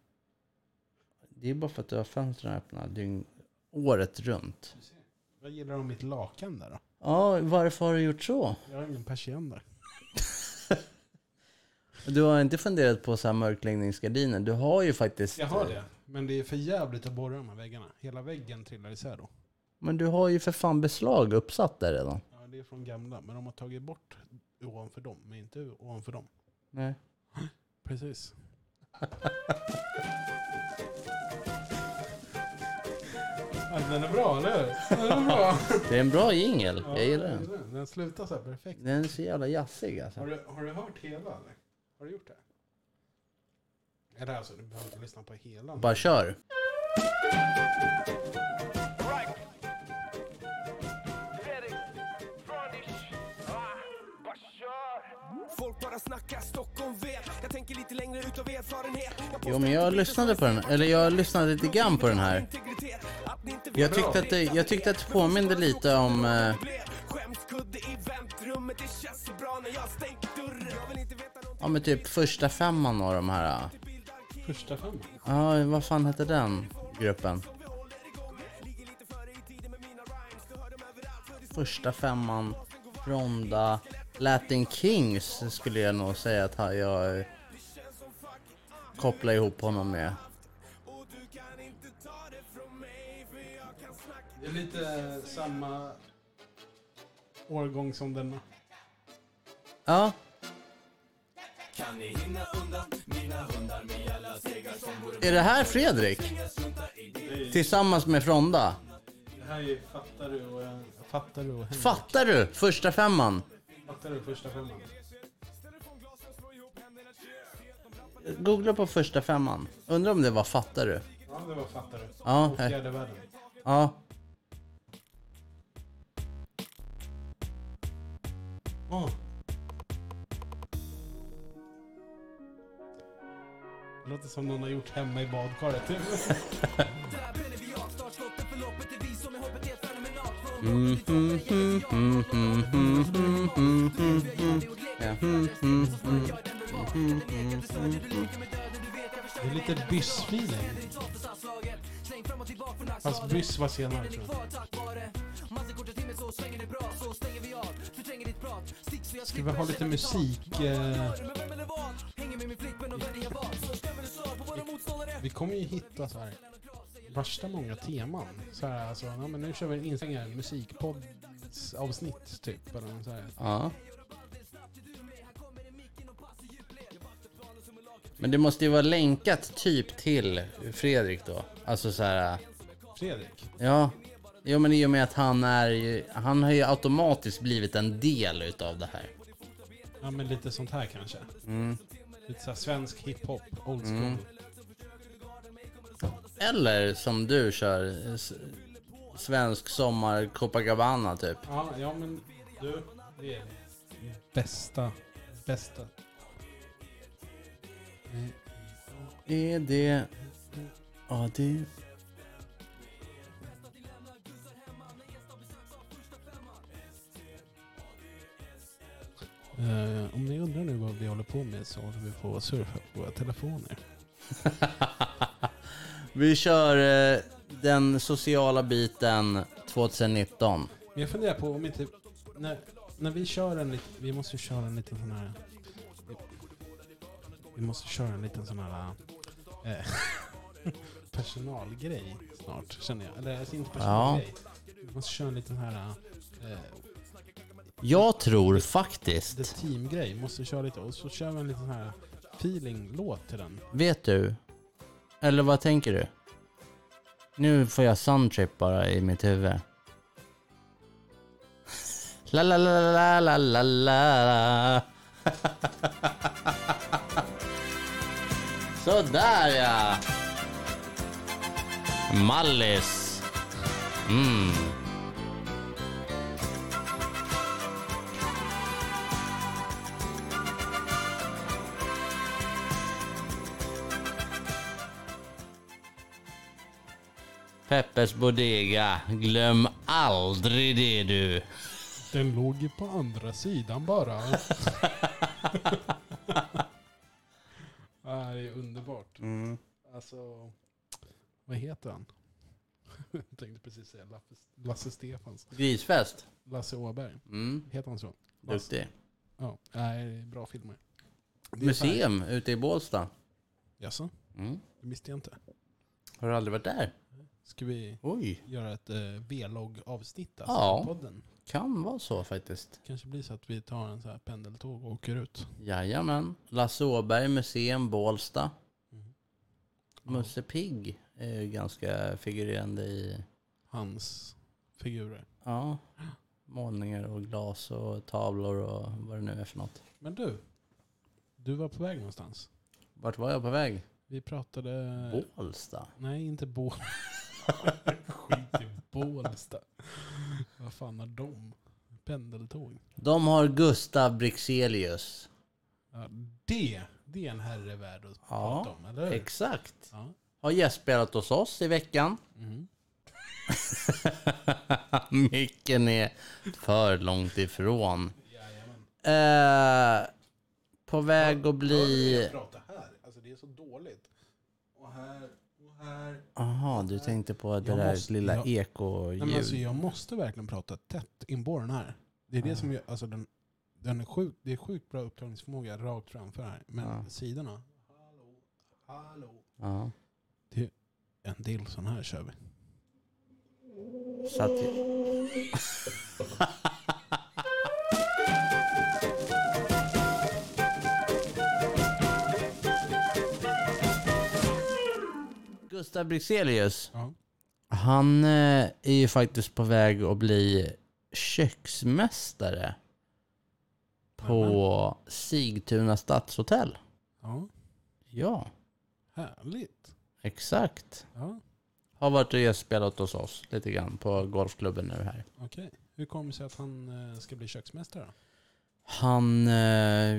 A: Det är bara för att du har fönstren öppna dygn, året runt.
D: Vad gillar de mitt lakan där då?
A: Ja, varför har du gjort så?
D: Jag har ingen persienn där.
A: Du har inte funderat på så här mörkläggningsgardiner? Du har ju faktiskt...
D: Jag har det, men det är för jävligt att borra de här väggarna. Hela väggen trillar isär då.
A: Men du har ju för fan beslag uppsatt där redan.
D: Ja, det är från gamla, men de har tagit bort ovanför dem, men inte ovanför dem.
A: Nej.
D: Precis. Ja, den är bra, eller hur? Den är bra.
A: Det är en bra jingel. Jag gillar
D: Ja,
A: den.
D: den. Den slutar så här perfekt.
A: Den är så jävla jazzig
D: Har
A: alltså.
D: du, har du hört hela eller? Har du gjort det? Eller alltså, du behöver inte lyssna på hela.
A: Bara kör.
G: Folk bara snackar, Stockholm vet Jag tänker lite längre utav erfarenhet
A: Jo men jag lyssnade på den, eller jag lyssnade lite grann på den här.
G: Integritet, att ni inte
A: Jag tyckte att det, jag tyckte att det påminde lite om... Eh,
G: blev skämskudde i väntrummet Det känns så bra när jag stängt dörren Jag vill inte veta någonting
A: ja men typ första femman av de här. eh.
D: Första femman.
A: Ja, vad fan hette den gruppen? Första femman, Ronda, Latin Kings skulle jag nog säga att han- jag eh, kopplar ihop honom med.
D: Det är lite samma årgång som denna.
A: Ja, är det här Fredrik? Tillsammans med Fronda.
D: Det här är Fattar du och eh, Fattar du och Henrik.
A: Fattar du? Första femman.
D: Fattar du första femman?
A: Googla på första femman. Undrar om det var Fattar du?
D: Ja, det var Fattar du.
A: Ja,
D: och
A: här.
D: Fjärde världen.
A: Ja.
D: Oh. Det låter som någon har gjort hemma i badkaret. Mm. Det är lite byss-feeling. Fast byss var senare tror jag. Ska vi ha lite musik? Eh... Vi kommer ju hitta så här värsta många teman. Så här, alltså, ja, men nu kör vi en instängare musikpoddsavsnitt typ. Eller något så här.
A: Ja. Men det måste ju vara länkat typ till Fredrik då. Alltså så här,
D: Fredrik,
A: ja. Jo men i och med att han är ju, han har ju automatiskt blivit en del utav det här.
D: Ja, men lite sånt här kanske. Lite så här svensk hiphop, old school.
A: Eller som du kör, eh, s- svensk sommar Copacabana typ.
D: Ja, ja, men du, det är bästa, bästa.
A: Är det... Ja, det...
D: Eh, om ni undrar nu vad vi håller på med så håller vi på att surfa på våra telefoner.
A: Vi kör eh, den sociala biten 2019.
D: Men jag funderar på om inte... När, när vi kör en liten... Vi måste ju köra en liten sån här... Vi måste köra en liten sån här... Eh, personalgrej snart, känner jag. Eller alltså inte personalgrej. Vi måste köra en liten här... Eh,
A: Jag tror
D: the
A: faktiskt...
D: team-grej. Vi måste köra lite. Och så kör vi en liten sån här feeling-låt till den.
A: Vet du? Eller vad tänker du? Nu får jag soundtrip bara i mitt huvud. La la la la la la la. Sådär ja! Mallis. Mm. Peppers Bodega. Glöm aldrig det du.
D: Den låg ju på andra sidan bara. ah, det är underbart.
A: Mm.
D: Alltså, vad heter han? Jag tänkte precis säga Lasse, Lasse Stefans.
A: Grisfest.
D: Lasse Åberg.
A: Mm.
D: Heter han så? Lasse.
A: Duktig.
D: Ja, nej, det är bra filmer. Det är så här-
A: Museum ute i Bålsta.
D: Jaså?
A: Mm.
D: Det visste jag inte.
A: Har du aldrig varit där?
D: Ska vi
A: Oj.
D: göra ett eh, V-logg-avsnitt alltså,
A: Ja.
D: i podden?
A: Kan vara så faktiskt.
D: kanske blir så att vi tar en så här pendeltåg och åker ut.
A: Jajamän. Lasse Åberg, Museum Bålsta.
D: Mm.
A: Musse Pigg är ju ganska figurerande i
D: Hans figurer.
A: ja, målningar och glas och tavlor och vad det nu är för något.
D: Men du, du var på väg någonstans.
A: Vart var jag på väg?
D: Vi pratade...
A: Bålsta.
D: Nej, inte Bålsta. Skit i Bålsta. Vad fan har de? Pendeltåg.
A: De har Gustav Brixelius.
D: Ja, det, det är en herre värd att prata om, eller hur?
A: Exakt.
D: Ja.
A: Har gästspelat hos oss i veckan.
D: Mm.
A: Micken är för långt ifrån.
D: Jajamän.
A: Eh, på väg att bli...
D: Jag pratar här. Alltså det är så dåligt. Och här, och här.
A: Aha, du tänkte på det
D: Jag
A: där
D: måste-
A: lilla
D: jag- Nej, men
A: ekoljud.
D: alltså, jag måste verkligen prata tätt inpå den här. Det är det som gör, alltså den, den är sjuk, det är sjukt bra upptagningsförmåga rakt framför här. Men
A: Ja.
D: sidorna. Hallå, hallå.
A: Ja,
D: En del sån här kör vi.
A: så att... Gustav Brixelius,
D: Ja.
A: han eh, är ju faktiskt på väg att bli köksmästare på Sigtuna stadshotell.
D: ja.
A: Ja,
D: Härligt.
A: exakt.
D: Ja,
A: Har varit och gästspelat hos oss lite grann på golfklubben nu här.
D: okej. Hur kommer det sig att han eh, ska bli köksmästare då?
A: Han... Eh,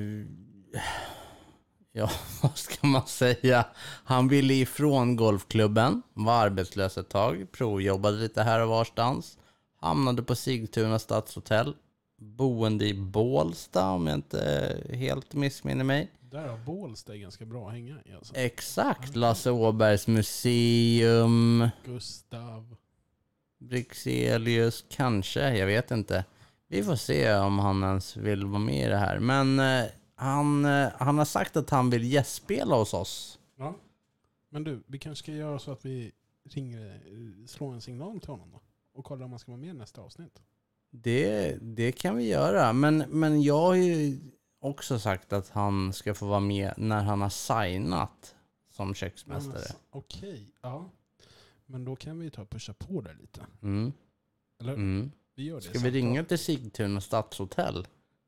A: ja, vad ska man säga? Han ville ifrån golfklubben, var arbetslös ett tag, provjobbade lite här och varstans. Hamnade på Sigtuna stadshotell. Boende i Bålsta om jag inte helt missminner mig.
D: Där har Bålsta är ganska bra att hänga i
A: Eh.
D: alltså.
A: Exakt, Lasse Åbergs museum.
D: Gustav.
A: Brixelius, kanske. Jag vet inte. Vi får se om han ens vill vara med i det här. Men eh, han, eh, han har sagt att han vill gästspela hos oss.
D: Ja. Men du, vi kanske ska göra så att vi ringer, eh, slår en signal till honom då. Och kollar om han ska vara med i nästa avsnitt.
A: Det, det kan vi göra. Men, men jag har ju också sagt att han ska få vara med när han har signat som
D: Ja, men
A: köksmästare.
D: s- Okej, ja. Men då kan vi ju ta och pusha på där lite.
A: Mm.
D: Eller hur?
A: Mm.
D: Vi gör det.
A: Ska vi ringa till Sigtuna stadshotell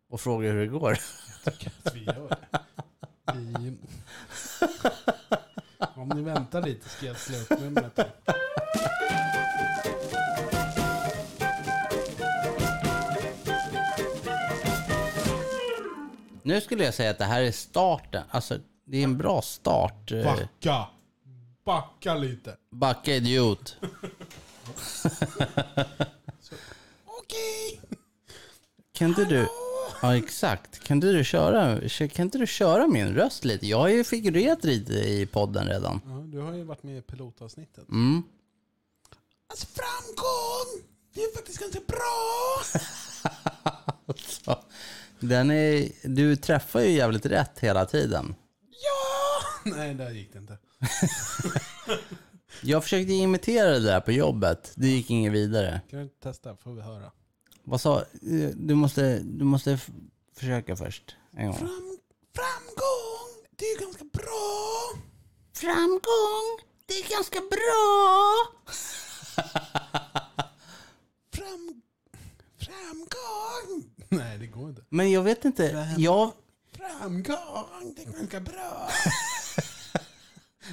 A: och fråga hur det går?
D: att vi gör det. Vi... Om ni väntar lite ska jag slå upp numret.
A: Nu skulle jag säga att det här är starten. Alltså, det är en bra start. eh,
D: Backa! Backa lite.
A: Backa idiot.
D: Okej!
A: Kan inte du... Ja, exakt. Kan inte du köra, kan inte du köra min röst lite? Jag har ju figurerat lite i podden redan.
D: Ja, du har ju varit med i pilotavsnittet.
A: Mm.
D: Alltså framgång! Det är faktiskt ganska bra!
A: Alltså, den är, du träffar ju jävligt rätt hela tiden.
D: Ja! Nej, där gick det inte.
A: Jag försökte imitera det där på jobbet. Det gick inget vidare.
D: Kan du inte testa? Får vi höra.
A: Vad sa... Du måste, du måste f- försöka först. En gång.
D: framgång! Det är ganska bra!
A: Framgång! Det är ganska bra!
D: Fram... Framgång! Nej, det går inte.
A: Men jag vet inte. Jag,
D: Framgång, det är ganska bra.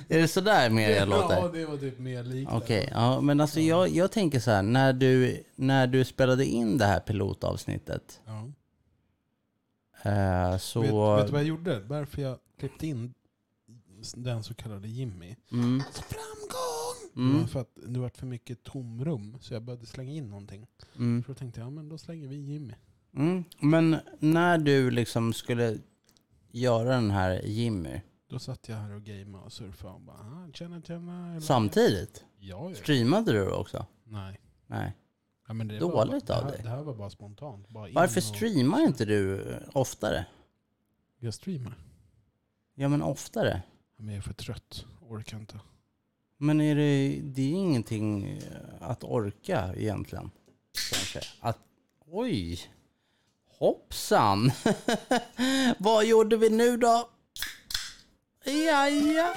A: är det sådär mer jag
D: Ja,
A: låter?
D: det var typ mer likt det.
A: Okej, ja, men alltså jag, jag tänker så här. När du, när du spelade in det här pilotavsnittet
D: Ja.
A: eh, så...
D: Vet, vet du vad jag gjorde? Varför jag klippte in den så kallade Jimmy.
A: Mm,
D: Alltså framgång! Det
A: Mm.
D: var För att det var för mycket tomrum så jag behövde slänga in någonting.
A: mm,
D: Så då tänkte jag, ja men då slänger vi Jimmy.
A: mm. Men när du liksom skulle göra den här Jimmy
D: Då satt jag här och gameade och surfade och bara, ah, tjena tjena. Eller-
A: samtidigt?
D: Ja, ja.
A: Streamade du också?
D: Nej.
A: Nej.
D: Ja, men det
A: Dåligt
D: var,
A: av
D: bara- det här,
A: dig.
D: Det här var bara spontant. Bara in
A: Varför
D: och-
A: streamar inte du oftare?
D: Jag streamar.
A: Ja men oftare.
D: Ja, Men jag är för trött. Orkar inte.
A: Men är det, det är ingenting eh, att orka egentligen. Kanske. Att, oj! Hoppsan! Vad gjorde vi nu då? Ja, ja.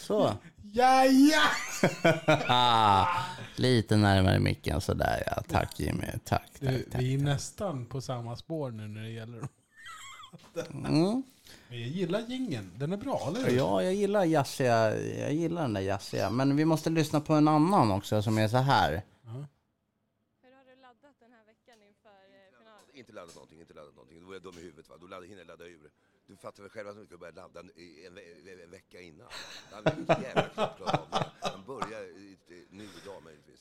A: Så.
D: Ja, ja!
A: Ah, lite närmare micken sådär ja. Tack Jimmy. Tack, tack,
D: Du,
A: tack.
D: vi är nästan på samma spår nu när det gäller
A: Mm.
D: Men jag gillar gingen. Den är bra, eller hur?
A: Ja, jag gillar jazziga. Jag gillar den där jazziga. Men vi måste lyssna på en annan också som är så här.
H: Hur har du laddat den här veckan inför eh, finalen?
I: Inte ladda någonting, inte ladda någonting. Då är jag dum i huvudet. Va? Då laddar, hinner jag ladda ur. Du fattar väl själv att man ska börja ladda en, en, ve- en vecka innan? Man vill inte jävla klart klara av det. Man börjar i- i- nu idag möjligtvis.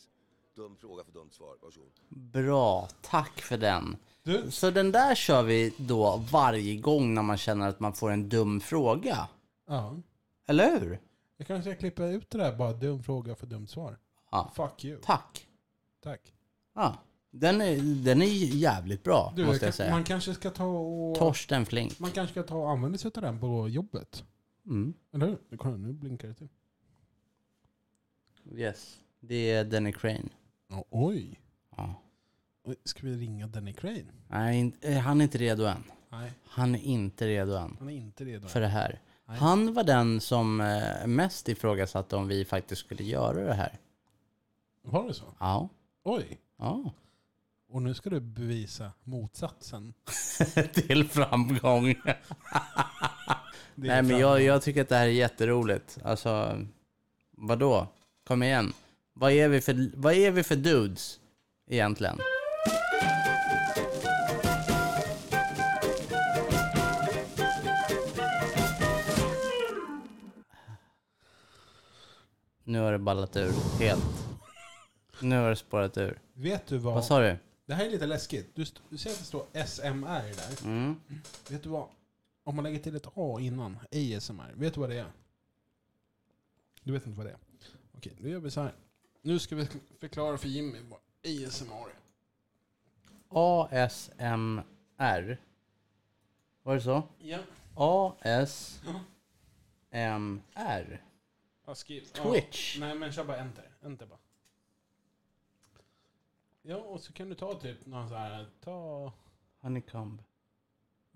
I: Dum fråga för dumt svar. Varsågod.
A: Bra, tack för den.
D: Du?
A: Så den där kör vi då varje gång när man känner att man får en dum fråga.
D: Ja.
A: Eller hur?
D: Jag kanske ska klippa ut det där bara. Dum fråga för dumt svar.
A: Ja.
D: Fuck you.
A: Tack.
D: Tack.
A: Ja. Den, är, den är jävligt bra,
D: Du,
A: måste jag
D: kan-
A: säga.
D: Man kanske ska ta och...
A: Torsten Flink.
D: Man kanske ska ta och använda sig av den på jobbet.
A: Mm.
D: Eller hur? Kolla, nu blinkar det till.
A: Yes. Det är Danny Crane.
D: Ja, oj.
A: Ja.
D: Oj, Ska vi ringa Danny Crane?
A: Nej, in- eh, han är inte redo än.
D: Nej,
A: Han är inte redo än.
D: han är inte redo.
A: för det här.
D: Nej.
A: Han var den som eh, mest ifrågasatte om vi faktiskt skulle göra det här.
D: Var det så?
A: Ja.
D: Oj.
A: ja.
D: Och nu ska du bevisa motsatsen.
A: Till framgång.
D: Det är
A: Nej men
D: fram-
A: jag, jag tycker att det här är jätteroligt. Alltså, vadå? Kom igen. Vad är vi för, vad är vi för dudes egentligen? Nu har det ballat ur helt. Nu har det spårat ur.
D: Vet du vad...
A: Vad sa du?
D: Det här är lite läskigt. Du, st- du ser att det står SMR där.
A: Mm.
D: Vet du vad? Om man lägger till ett A innan, ASMR, vet du vad det är? Du vet inte vad det är? Okej, nu gör vi så här. Nu ska vi förklara för Jimmy vad ASMR är.
A: ASMR. Var det så?
D: Ja.
A: ASMR.
D: Jag skriver.
A: Twitch.
D: Nej, men kör bara enter. Enter bara. Ja, och så kan du ta typ någon så här, ta...
A: Honeycomb.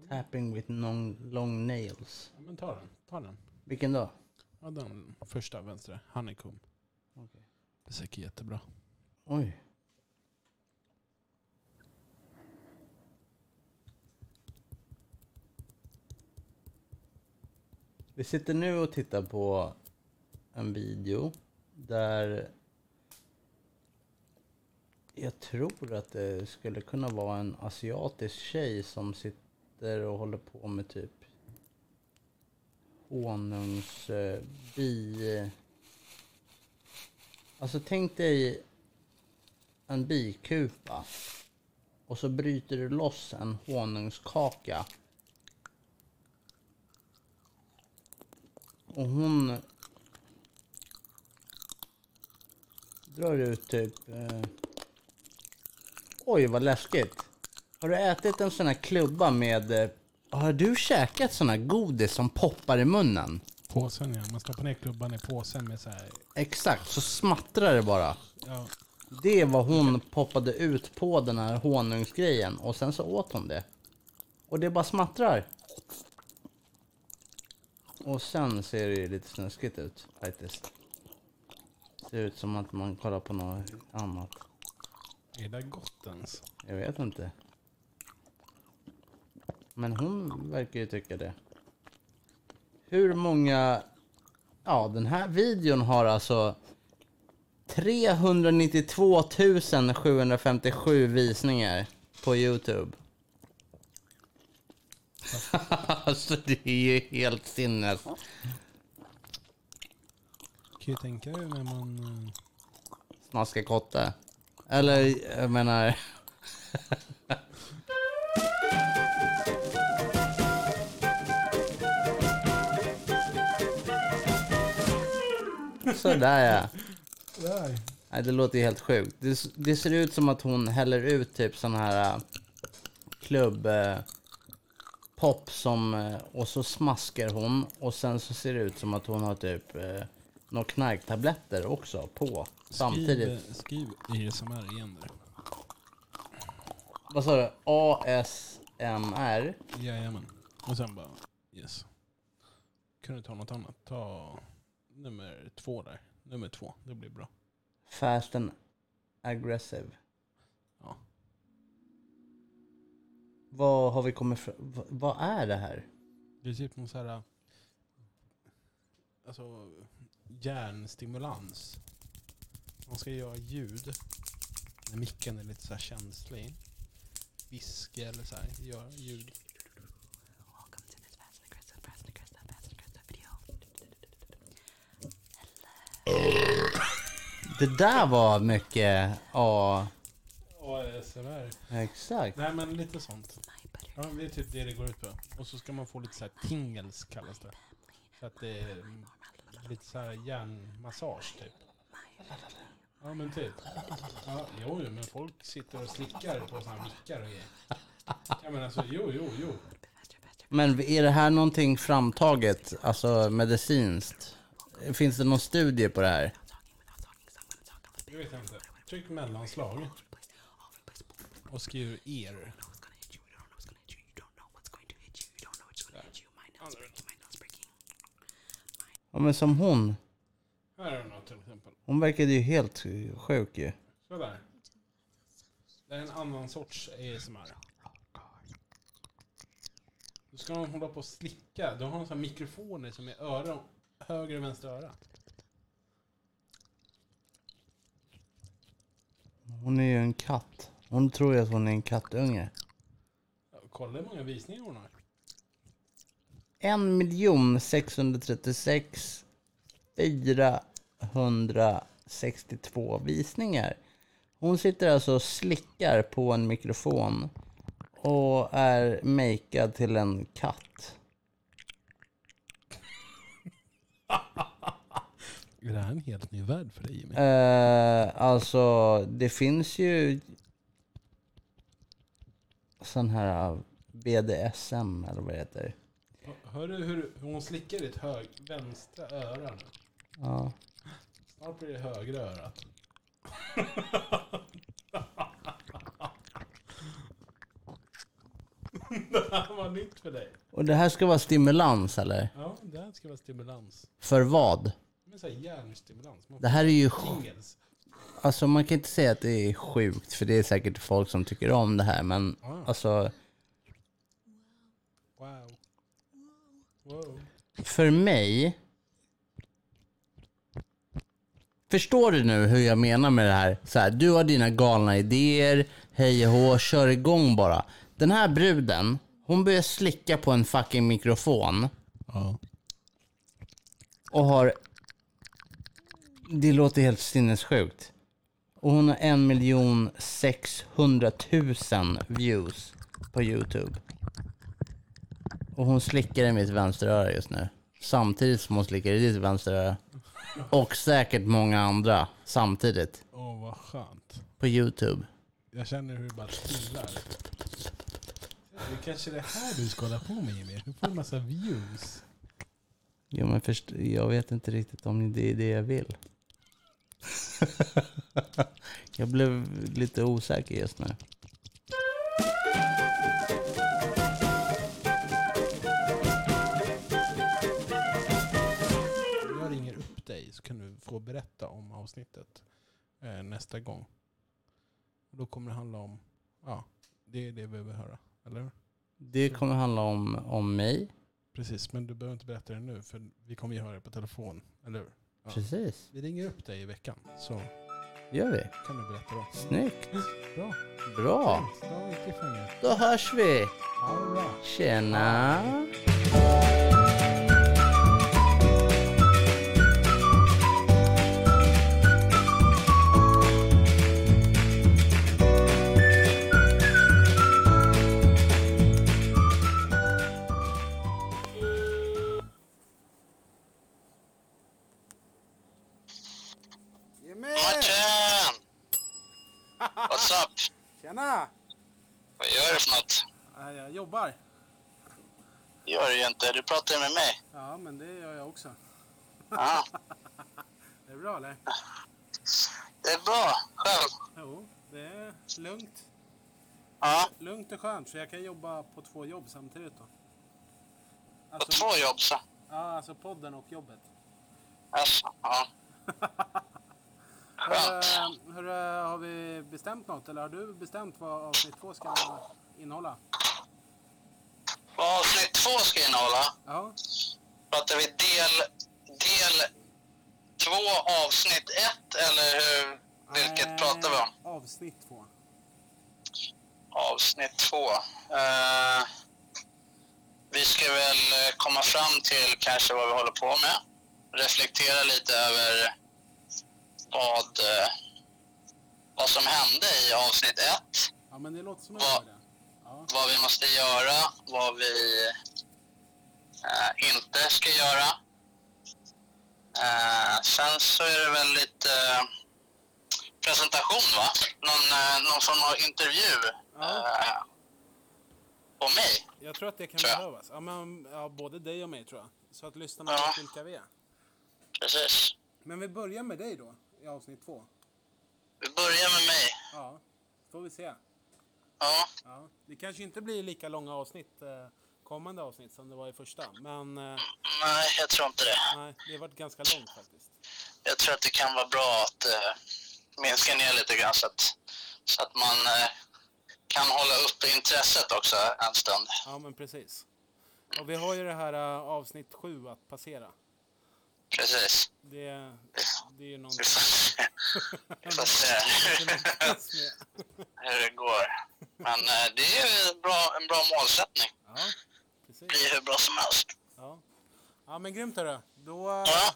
A: Tapping with long, long nails.
D: Ja, men ta den. Ta den.
A: Vilken då?
D: Ja, den första vänstra. Honeycomb.
A: Okej.
D: Det är säkert jättebra.
A: Oj. Vi sitter nu och tittar på en video där jag tror att det skulle kunna vara en asiatisk tjej som sitter och håller på med typ honungs eh, bi... Alltså tänk dig en bikupa och så bryter du loss en honungskaka. Och hon drar ut typ... Eh... Oj, vad läskigt. Har du ätit en sån här klubba med... Eh... Har du käkat sån här godis som poppar i munnen?
D: Påsen ja. Man stoppar ner klubban i påsen med så här.
A: Exakt, så smattrar det bara.
D: Ja.
A: Det var hon poppade ut på den här honungsgrejen och sen så åt hon det. Och det bara smattrar. Och sen ser det ju lite snuskigt ut faktiskt. Ser ut som att man kollar på något annat.
D: Är det gott ens?
A: Jag vet inte. Men hon verkar ju tycka det. Hur många... Ja, den här videon har alltså 392 757 visningar på Youtube. alltså det är ju helt sinnes.
D: Kan ju tänka dig när man... eh,
A: Snaska kotte. Eller jag menar... Sådär ja. Nej, det låter ju helt sjukt. Det, s- det ser ut som att hon häller ut typ sån här äh, klubb... Äh, pop som... äh, Och så smaskar hon och sen så ser det ut som att hon har typ... Äh, några knarktabletter också på samtidigt.
D: Skriv, skriv ASMR igen där.
A: Vad sa du? ASMR?
D: Jajamän. Och sen bara yes. Kan du ta något annat? Ta nummer två där. Nummer två. Det blir bra.
A: Fast and aggressive.
D: Ja.
A: Vad har vi kommit fram... v- Vad är det här?
D: Det är typ någon så här... Alltså hjärnstimulans. Man ska göra ljud. När micken är lite så här känslig. Viska eller så här. Göra ljud.
A: Det där var mycket... Ja,
D: ASMR.
A: exakt.
D: Nej men lite sånt. Ja, men det är typ det det går ut på. Och så ska man få lite så här tingles kallas det. Så att det är mm, lite så här hjärnmassage typ. Ja men typ. Ja, jo, jo men folk sitter och slickar på såna här mickar och grejer. Ja men alltså jo jo jo.
A: Men är det här någonting framtaget, alltså medicinskt? Finns det någon studie på det här?
D: Jag vet inte. Tryck mellanslag. Och skriv er.
A: Ja, men som hon.
D: Här är det något till exempel.
A: Hon verkade ju helt sjuk ju.
D: Sådär. Det är en annan sorts ASMR. Då ska de hålla på och slicka. Då har de så här mikrofoner som är öra, höger och vänster öra.
A: Hon är ju en katt. Hon tror ju att hon är en kattunge.
D: Ja, Kolla hur många visningar hon har.
A: 1 miljon 636 462 visningar. Hon sitter alltså och slickar på en mikrofon och är makead till en katt.
D: Är det här en helt ny värld för dig Jimmy?
A: Eh, alltså, det finns ju sån här eh, BDSM eller vad det heter.
D: Hör du hur, hur hon slickar ditt hög, vänstra öra nu?
A: Ja.
D: Snart blir det högra örat. det här var nytt för dig.
A: Och det här ska vara stimulans eller?
D: Ja, det här ska vara stimulans.
A: För vad?
D: Men så här hjärnstimulans. Man
A: Det
D: får
A: här är ju... sj-
D: jingles.
A: Alltså man kan inte säga att det är sjukt, för det är säkert folk som tycker om det här, men alltså...
D: Wow. Wow.
A: För mig... Förstår du nu hur jag menar med det här? Så här du har dina galna idéer, hej och hå, kör igång bara. Den här bruden, hon börjar slicka på en fucking mikrofon
D: Ja.
A: och har... Det låter helt sinnessjukt. Och hon har 1 miljon 600 000 views på Youtube. Och hon slickar i mitt vänsteröra just nu. Samtidigt som hon slickar i ditt vänsteröra. Och säkert många andra samtidigt
D: Åh, vad skönt.
A: på Youtube.
D: Jag känner hur det bara trillar. Det är kanske det här du ska hålla på med Jimmy. Du får en massa views.
A: Jo men först, jag vet inte riktigt om det är det jag vill. jag blev lite osäker just nu.
D: Jag ringer upp dig så kan du få berätta om avsnittet eh, nästa gång. Och då kommer det handla om, ja, det är det vi behöver höra. Eller hur?
A: Det kommer handla om, om mig.
D: Precis, men du behöver inte berätta det nu för vi kommer ju höra det på telefon. Eller hur? Ja.
A: Precis,
D: Vi ringer upp dig i veckan så
A: gör vi.
D: kan du berätta då.
A: Snyggt.
D: Bra.
A: Bra.
D: Fint. Då gick det för mig.
A: Då hörs vi.
D: Ha det bra.
A: Tjena.
F: Martin! What's up?
D: Tjena!
F: Vad gör du för något?
D: Jag jobbar.
F: gör du ju inte. Du pratar ju med mig.
D: Ja, men det gör jag också.
F: Ja,
D: Det är bra eller?
F: det är bra. Själv?
D: Jo, det är lugnt.
F: Ja,
D: Lugnt och skönt, för jag kan jobba på två jobb samtidigt då.
F: på två jobb så.
D: Ja, alltså podden och jobbet.
F: Alltså, ja. Skönt.
D: Hur, eh, hur har vi bestämt något? Eller har du bestämt vad avsnitt två ska innehålla?
F: Vad avsnitt två ska innehålla?
D: Ja,
F: Pratar vi del, del två avsnitt ett eller hur? Vilket pratar vi om?
D: Eh, avsnitt två.
F: Avsnitt två. Eh, vi ska väl eh, komma fram till kanske vad vi håller på med. Reflektera lite över vad, eh, vad som hände i avsnitt ett.
D: Ja, men det låter som en bra
F: Ja.
D: idé.
F: Vad vi måste göra, vad vi eh, inte ska göra. Eh, sen så är det väl lite eh, presentation, va? Någon, eh, någon form av intervju eh, på mig.
D: Jag tror att det kan
F: Tror jag.
D: behövas. Ja, men, ja, både dig och mig tror jag. Så att lyssnarna
F: Ja.
D: vet vilka vi är.
F: Precis.
D: Men vi börjar med dig då, i avsnitt två.
F: Vi börjar med mig.
D: Ja, får vi se.
F: Ja,
D: Ja, det kanske inte blir lika långa avsnitt eh, kommande avsnitt som det var i första. Men eh,
F: nej, jag tror inte det.
D: nej, det har varit ganska långt faktiskt.
F: Jag tror att det kan vara bra att eh, minska ner lite grann så att, så att man eh, kan hålla uppe intresset också en stund.
D: Ja, men precis. Och vi har ju det här eh, avsnitt sju att passera.
F: Precis.
D: Det, det är ju någonting
F: Vi får se, vi får se
D: som är fast med.
F: hur det går. Men eh, det är ju bra, en bra målsättning.
D: Ja,
F: Det
D: precis.
F: blir hur bra som helst.
D: Ja, ja men grymt hörru. Då, eh,
F: Ja,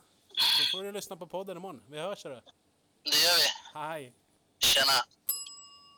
D: då får du lyssna på podden imorgon. Vi hörs hörru.
F: det gör vi.
D: Hej!
F: Tjena.